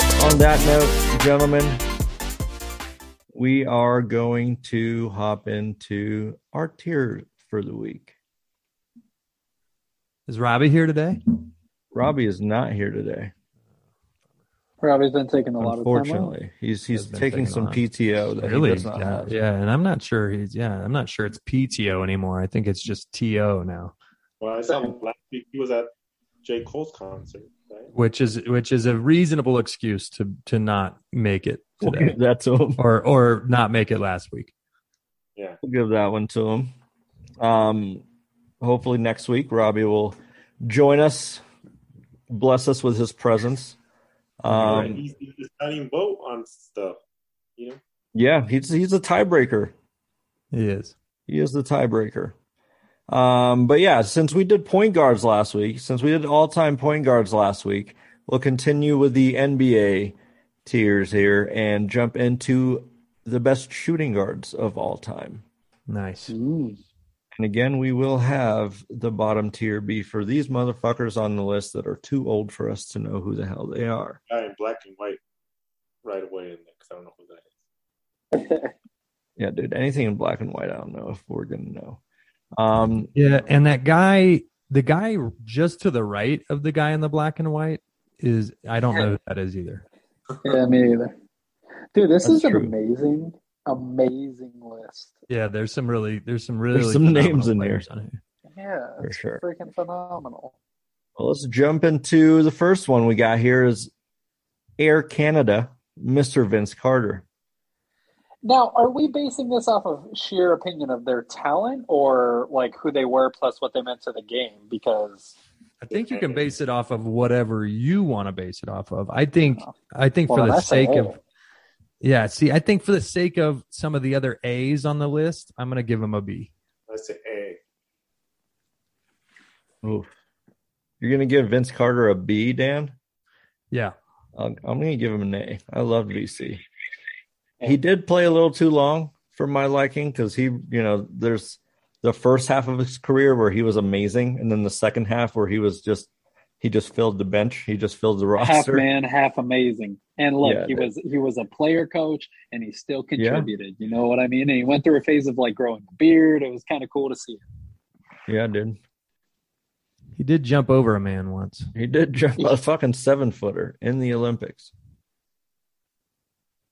on that note, gentlemen, we are going to hop into our tier for the week. Is Robbie here today? Robbie is not here today. Robbie's been taking a lot of time. off. Unfortunately, he's he's Has been taking taking some on. PTO that really? Oh, he does not yeah, have. yeah, and I'm not sure he's yeah, I'm not sure it's PTO anymore. I think it's just TO now, Well, I saw him last week. He was at J. Cole's concert, right? which is which is a reasonable excuse to to not make it today We'll give that to him. or or not make it last week. Yeah. We'll give that one to him. Um, hopefully next week Robbie will join us, bless us with his presence. Um, he's, he's the starting vote on stuff. You know, yeah, he's he's a tiebreaker. He is. He is the tiebreaker. Um, but yeah, since we did point guards last week, since we did all time point guards last week, we'll continue with the NBA tiers here and jump into the best shooting guards of all time. Nice. Mm. And again, we will have the bottom tier be for these motherfuckers on the list that are too old for us to know who the hell they are. guy in black and white right away in there because I don't know who that is. Yeah, dude, anything in black and white, I don't know if we're gonna know. Um, Yeah, and that guy, the guy just to the right of the guy in the black and white is I don't know who that is either. Yeah, me either. Dude, this That's is an true. amazing, amazing list. Yeah, there's some really there's some really There's some names phenomenal in there. players on here. Yeah, For it's sure. freaking phenomenal. well, let's jump into the first one we got here is Air Canada, Mr. Vince Carter. Now, are we basing this off of sheer opinion of their talent or like who they were plus what they meant to the game? Because I think you can base it off of whatever you want to base it off of. I think I think Oh. Well, for the that's a sake of hole. yeah, see, I think for the sake of some of the other A's on the list, I'm gonna give him a B. That's an A. Oof. You're gonna give Vince Carter a B, Dan? Yeah. I'm, I'm gonna give him an A. I love VC. He did play a little too long for my liking because he, you know, there's the first half of his career where he was amazing, and then the second half where he was just he just filled the bench, he just filled the half roster. man, half amazing. And look, Yeah, he that- was he was a player coach and he still contributed. You know what I mean? And he went through a phase of like growing a beard. It was kind of cool to see. Yeah, dude, He did jump over a man once. he did jump a fucking seven footer in the Olympics.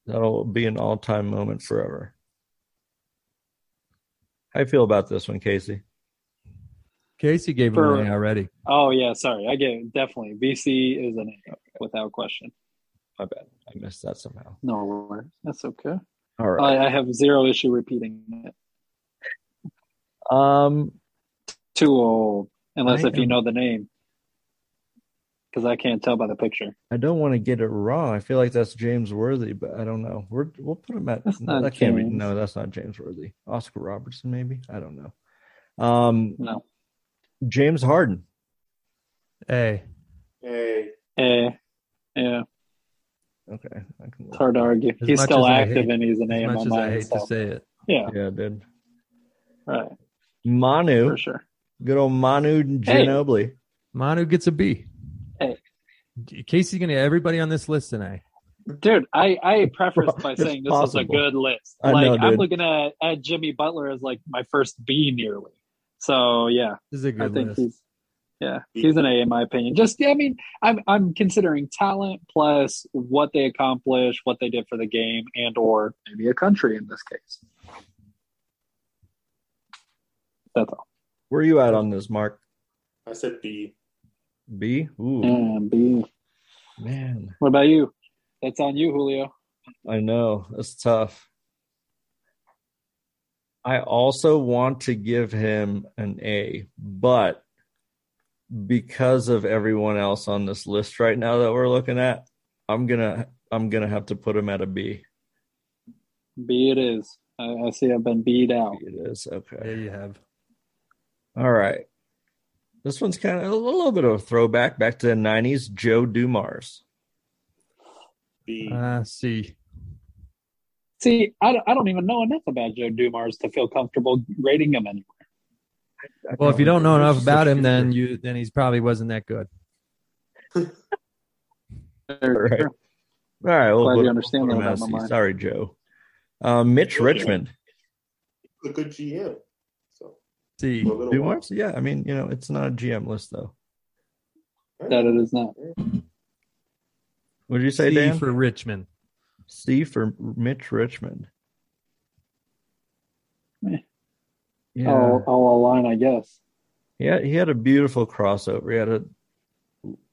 That'll be an all time moment forever. How you feel about this one, Casey? Casey gave him For- an A already. Oh yeah, sorry. I get definitely VC is an A without question. My bad, I missed that somehow. No worries. That's okay. All right. I, I have zero issue repeating it. Um, Too old, unless I if you am- know the name, because I can't tell by the picture. I don't want to get it wrong. I feel like that's James Worthy, but I don't know. We're we'll put him at That's no, not that can't be James. no, that's not James Worthy. Oscar Robertson, maybe I don't know. Um, No. James Harden. A. A. Eh, yeah, Okay, I can. it's hard to argue. As he's much still as I active hate- and he's an A As in my much as I mind. hate So. to say it. yeah, Yeah, dude. right, Manu, for sure. good old Manu Ginobili. Manu gets a B. Hey. Casey's gonna get everybody on this list tonight. Dude, I I prefaced by It's saying this is a possible. good list. I Like know, I'm dude. looking at, at Jimmy Butler as like my first B nearly. So yeah, This is a I good think list. he's yeah, he's an A in my opinion. Just yeah, I mean, I'm I'm considering talent plus what they accomplished, what they did for the game, and or maybe a country in this case. That's all. Where you at on this, Mark? I said B. B. Ooh, And B. man, What about you? That's on you, Julio. I know that's tough. I also want to give him an A, but because of everyone else on this list right now that we're looking at, I'm gonna I'm gonna have to put him at a B. B it is. I, I see I've been beat out. It is okay. Yeah, you have. All right. This one's kind of a little bit of a throwback back to the '90s. Joe Dumars. B. Uh, C. See, I, don't- I don't even know enough about Joe Dumars to feel comfortable rating him anymore. Well, if you don't know enough He's just a about him, then shooter. you then he's probably wasn't that good. Right. All right, Glad we'll you go- understand we'll go that about Massey. mine. Sorry, Joe. Uh, Mitch Yeah. Richmond. a good GM. So See, A little Do while. Marks? Yeah, I mean, you know, it's not a GM list though. That it is not. What did you say, C Dan? for Richmond. C for Mitch Richmond. Meh. Oh. Yeah, I'll, I'll align, I guess. he had, he had a beautiful crossover. He had a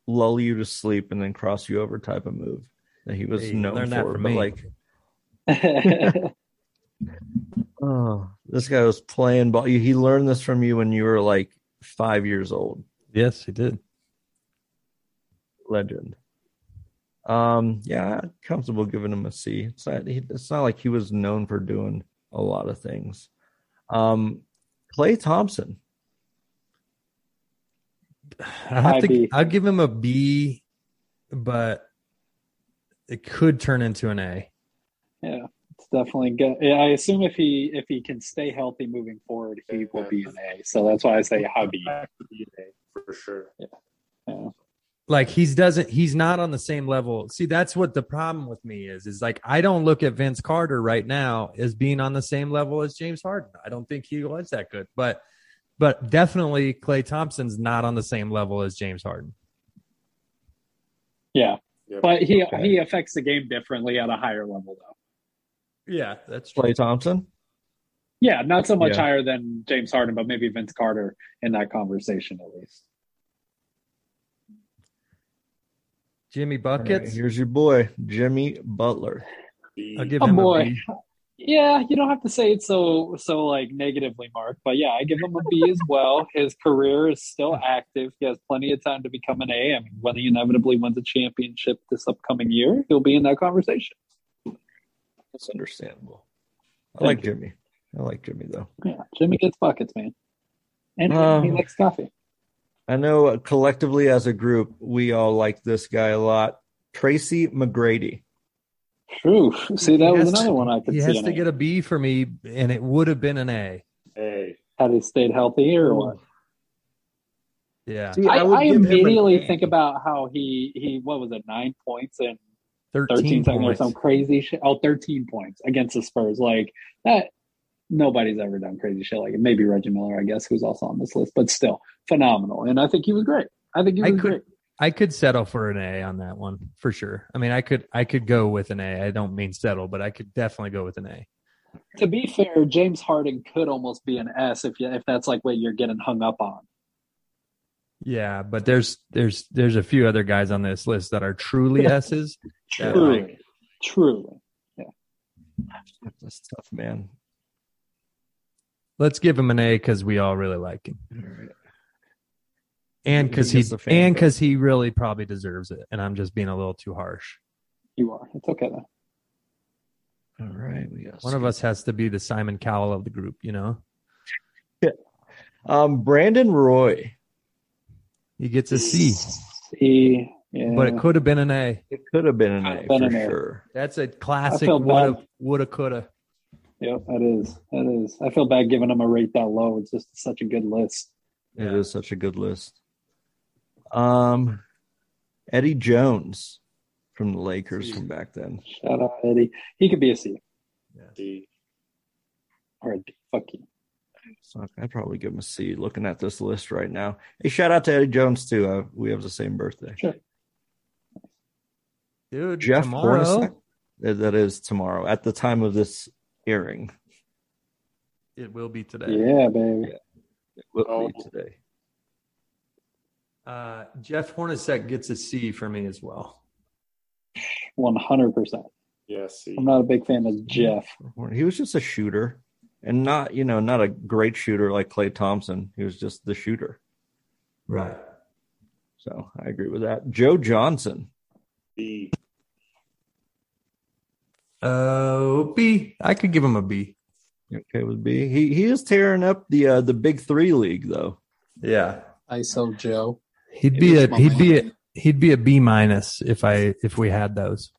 lull you to sleep and then cross you over type of move that he was Hey, known learn that for. from But me. like, yeah, oh, this guy was playing ball. He learned this from you when you were like five years old. Yes, he did. legend. Um, yeah, I'm comfortable giving him a C. It's not he, it's not like he was known for doing a lot of things. Um, Clay Thompson. I have to. IB. I'd give him a B, but it could turn into an A. it's definitely good. Yeah, I assume if he if he can stay healthy moving forward, he will be an A. So that's why I say hobby. Back to the DNA for sure. like he's doesn't he's not on the same level see that's what the problem with me is is like i don't look at vince carter right now as being on the same level as james harden i don't think he was that good but but definitely clay thompson's not on the same level as james harden Yeah, Yeah. but he Okay. he affects the game differently at a higher level though. yeah that's Clay Thompson. Yeah, not so much Yeah. higher than James Harden, but maybe Vince Carter in that conversation at least. jimmy All right, buckets here's your boy, Jimmy Butler. The- i'll give Oh him a boy. B. Yeah, you don't have to say it so so like negatively, Mark. But yeah, I give him a B as well. His career is still active. He has plenty of time to become an A. I mean, when he inevitably wins a championship this upcoming year, he'll be in that conversation. That's understandable. I Thank like Jimmy. I like Jimmy though. Yeah, Jimmy gets buckets, man, and Um, he likes coffee. I know uh, collectively as a group, we all like this guy a lot. Tracy McGrady. True. See, that He was has to- another one I could he see. has an to A. get a b for me and it would have been an a Hey, had he stayed healthy or what? Mm. yeah See, I, would I give him an immediately A. think about how he he what was it nine points and 13 13 seconds or points. some crazy shit. Oh, 13 points against the Spurs. Like that, nobody's ever done crazy shit like it. Maybe Reggie Miller, I guess, who's also on this list, but still phenomenal. And I think he was great. I think he I was could- great. I could settle for an A on that one for sure. I mean, I could I could go with an A. I don't mean settle, but I could definitely go with an A. To be fair, James Harden could almost be an S if you, if that's like what you're getting hung up on. Yeah, but there's there's there's a few other guys on this list that are truly S's. Yeah, Truly, truly. That's tough, man. Let's give him an A because we all really like him, All right. and He because he gets the fan and vote. because he really probably deserves it. And I'm just being a little too harsh. You are. It's okay though. All right, we got One of us has to be the Simon Cowell of the group, you know. Um, Brandon Roy. He gets a C, C, yeah. but it could have been an A. It could have been an Could've A been for an A. sure. That's a classic bad. woulda woulda coulda. Yep, that is. That is. I feel bad giving him a rate that low. It's just such a good list. It is such a good list. Um, Eddie Jones from the Lakers from back then. Shout out Eddie. He could be a C the or a D. Fuck you. So I'd probably give him a C. Looking at this list right now. Hey, shout out to Eddie Jones too. Uh, we have the same birthday. Dude, Jeff tomorrow. Hornacek. That that is tomorrow at the time of this airing. It will be today. Yeah, baby. It will be Oh. today. Uh, Jeff Hornacek gets a C for me as well. One hundred percent. yeah, see, I'm not a big fan of Jeff. He was just a shooter, and not you know not a great shooter like Clay Thompson. He was just the shooter. Right. So I agree with that. Joe Johnson. the Uh, B. I could give him a B. Okay with B. He he is tearing up the uh, the Big Three league though. Yeah. ISO Joe. He'd be a he'd be a he'd be a B minus if I if we had those.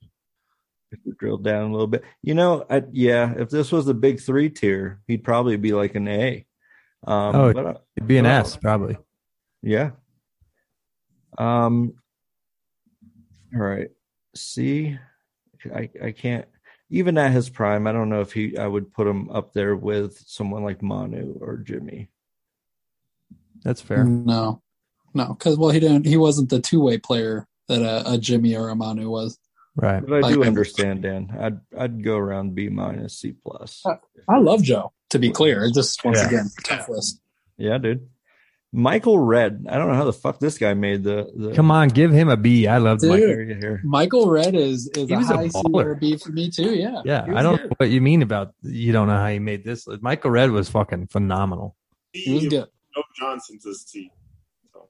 If we drill down a little bit, you know, I, yeah. If this was the Big Three tier, he'd probably be like an A. Um, Oh. but, uh, It'd be an Oh. S probably. yeah. Um. All right. C I I can't even at his prime. I don't know if he I would put him up there with someone like Manu or Jimmy. That's Mm. fair. No, no, because well, he didn't. He wasn't the two-way player that uh, a, a Jimmy or a Manu was. Right. But I do Like- understand, Dan. I'd I'd go around B minus C plus. Uh, I love Joe. To be clear, just once Yeah. again, tough list. Yeah, dude. Michael Red. I don't know how the fuck this guy made the, the Come on, give him a B. I love Dude. Mike. area here. Michael Red is is He a was a high C baller. or a B for me too. Yeah. Yeah, He was I don't good. know what you mean about you don't know how he made this. list. Michael Red was fucking phenomenal. he was good. No Johnson's this team. So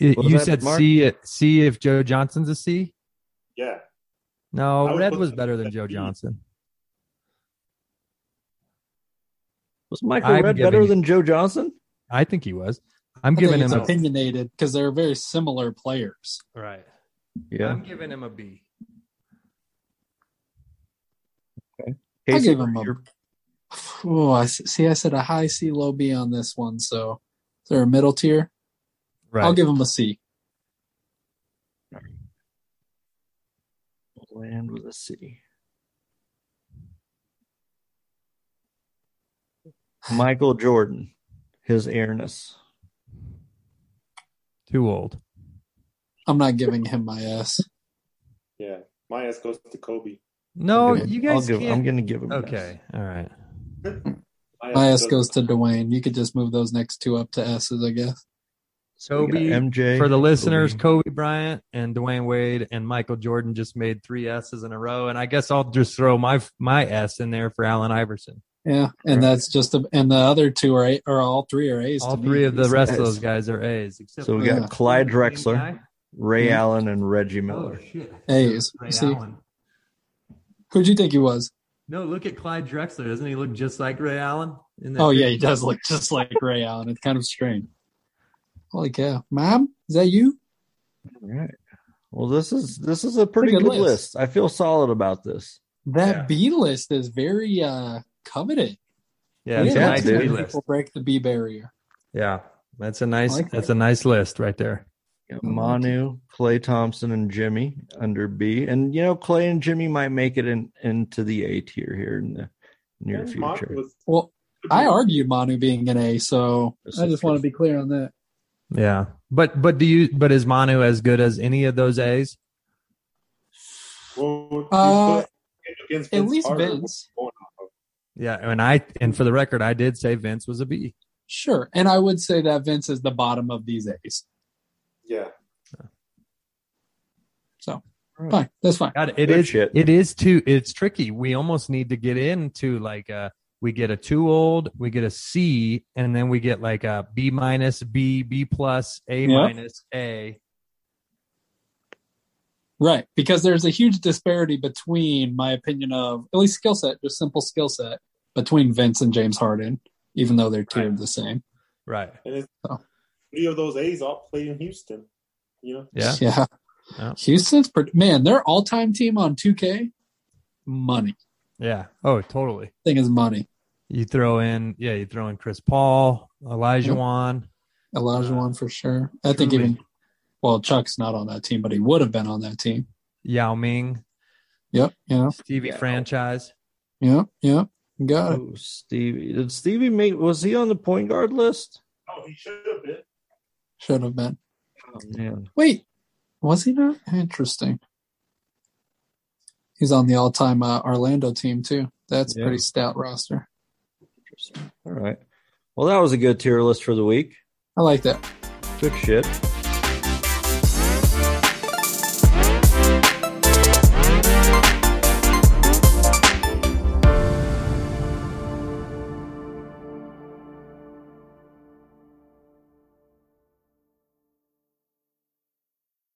Y- What you about said Mark? C. C. If Joe Johnson's a C. yeah, I No, would Red put was him better at than Joe B. Johnson. Was Michael I'm Red giving better you- than Joe Johnson? I think he was. I'm I think giving him it's a, opinionated because they're very similar players. right. Yeah. I'm giving him a B. I Casey, give him a- you're- Oh, I s- see. I said a high C, low B on this one. So is there a middle tier? Right. I'll give him a C. land with a C. Michael Jordan, his airness. Too old. I'm not giving him my S. yeah. My ass goes to Kobe. No, I'll give him- you guys I'll give, I'm can't. going to give him. an okay. All right. My S goes to Dwayne. You could just move those next two up to S's, I guess. S. We got Kobe, MJ For the listeners, Kobe. Kobe Bryant and Dwayne Wade and Michael Jordan just made three S's in a row, and I guess I'll just throw my my S in there for Allen Iverson. Yeah, and that's just a, and the other two are a, or all three are A's. All to me. three of the rest of A's. those guys are A's. Except So we for- got Yeah. Clyde Drexler, Guy? Ray Mhm. Allen, and Reggie Oh, Miller. shit. A's. Ray See, Allen. who'd you think he was? No, look at Clyde Drexler. Doesn't he look just like Ray Allen? In that Oh yeah, picture? he does look just like Ray Allen. It's kind of strange. Holy cow, mom, is that you? All right. Well, this is this is a pretty, Pretty good, good list. I feel solid about this. That Yeah. B list is very uh coveted. Yeah, it's Yeah, a nice dude. B people list. break the B barrier. Yeah, that's a nice I like that's a nice list right there. Got Mhm. Manu, Clay Thompson, and Jimmy under B, and you know Clay and Jimmy might make it in into the A tier here in the near Aaron Mock future. was- Well, I argued Manu being an A, so This I is just want to be clear on that. Yeah, but but do you but is Manu as good as any of those A's? Well, we Uh, put against At Vince least Carter, Vince, what's going on? Yeah, and I and for the record, I did say Vince was a B. sure, and I would say that Vince is the bottom of these A's. Yeah, So Right. fine, that's fine. God, it Good is shit. it is too it's tricky. We almost need to get into like uh we get a too old, we get a C, and then we get like a B minus, B, B plus, A Yeah. minus, A. Right, because there's a huge disparity between my opinion of at least skill set, just simple skill set between Vince and James Harden, even though they're two Right. of the same. Right. and it's, Oh. three of those A's all played in Houston. You know, Yeah. yeah. Yeah. Houston's pretty, man, their all-time team on 2K, money. Yeah. Oh, totally. Thing is money. You throw in yeah, you throw in Chris Paul, Elijah Wan. Elijah one for sure. I think Truly. even well, Chuck's not on that team, but he would have been on that team. Yao Ming, Yep, yeah, Stevie Yeah. franchise. yeah, yeah. You Got it. Oh, Stevie. Did Stevie make was he on the point guard list? oh, he should have been. Should have been. Oh man. Wait, was he not? Interesting. He's on the all-time uh, Orlando team too. That's a Yeah. pretty stout roster. Interesting. All right. Well, that was a good tier list for the week. I like that. Good shit.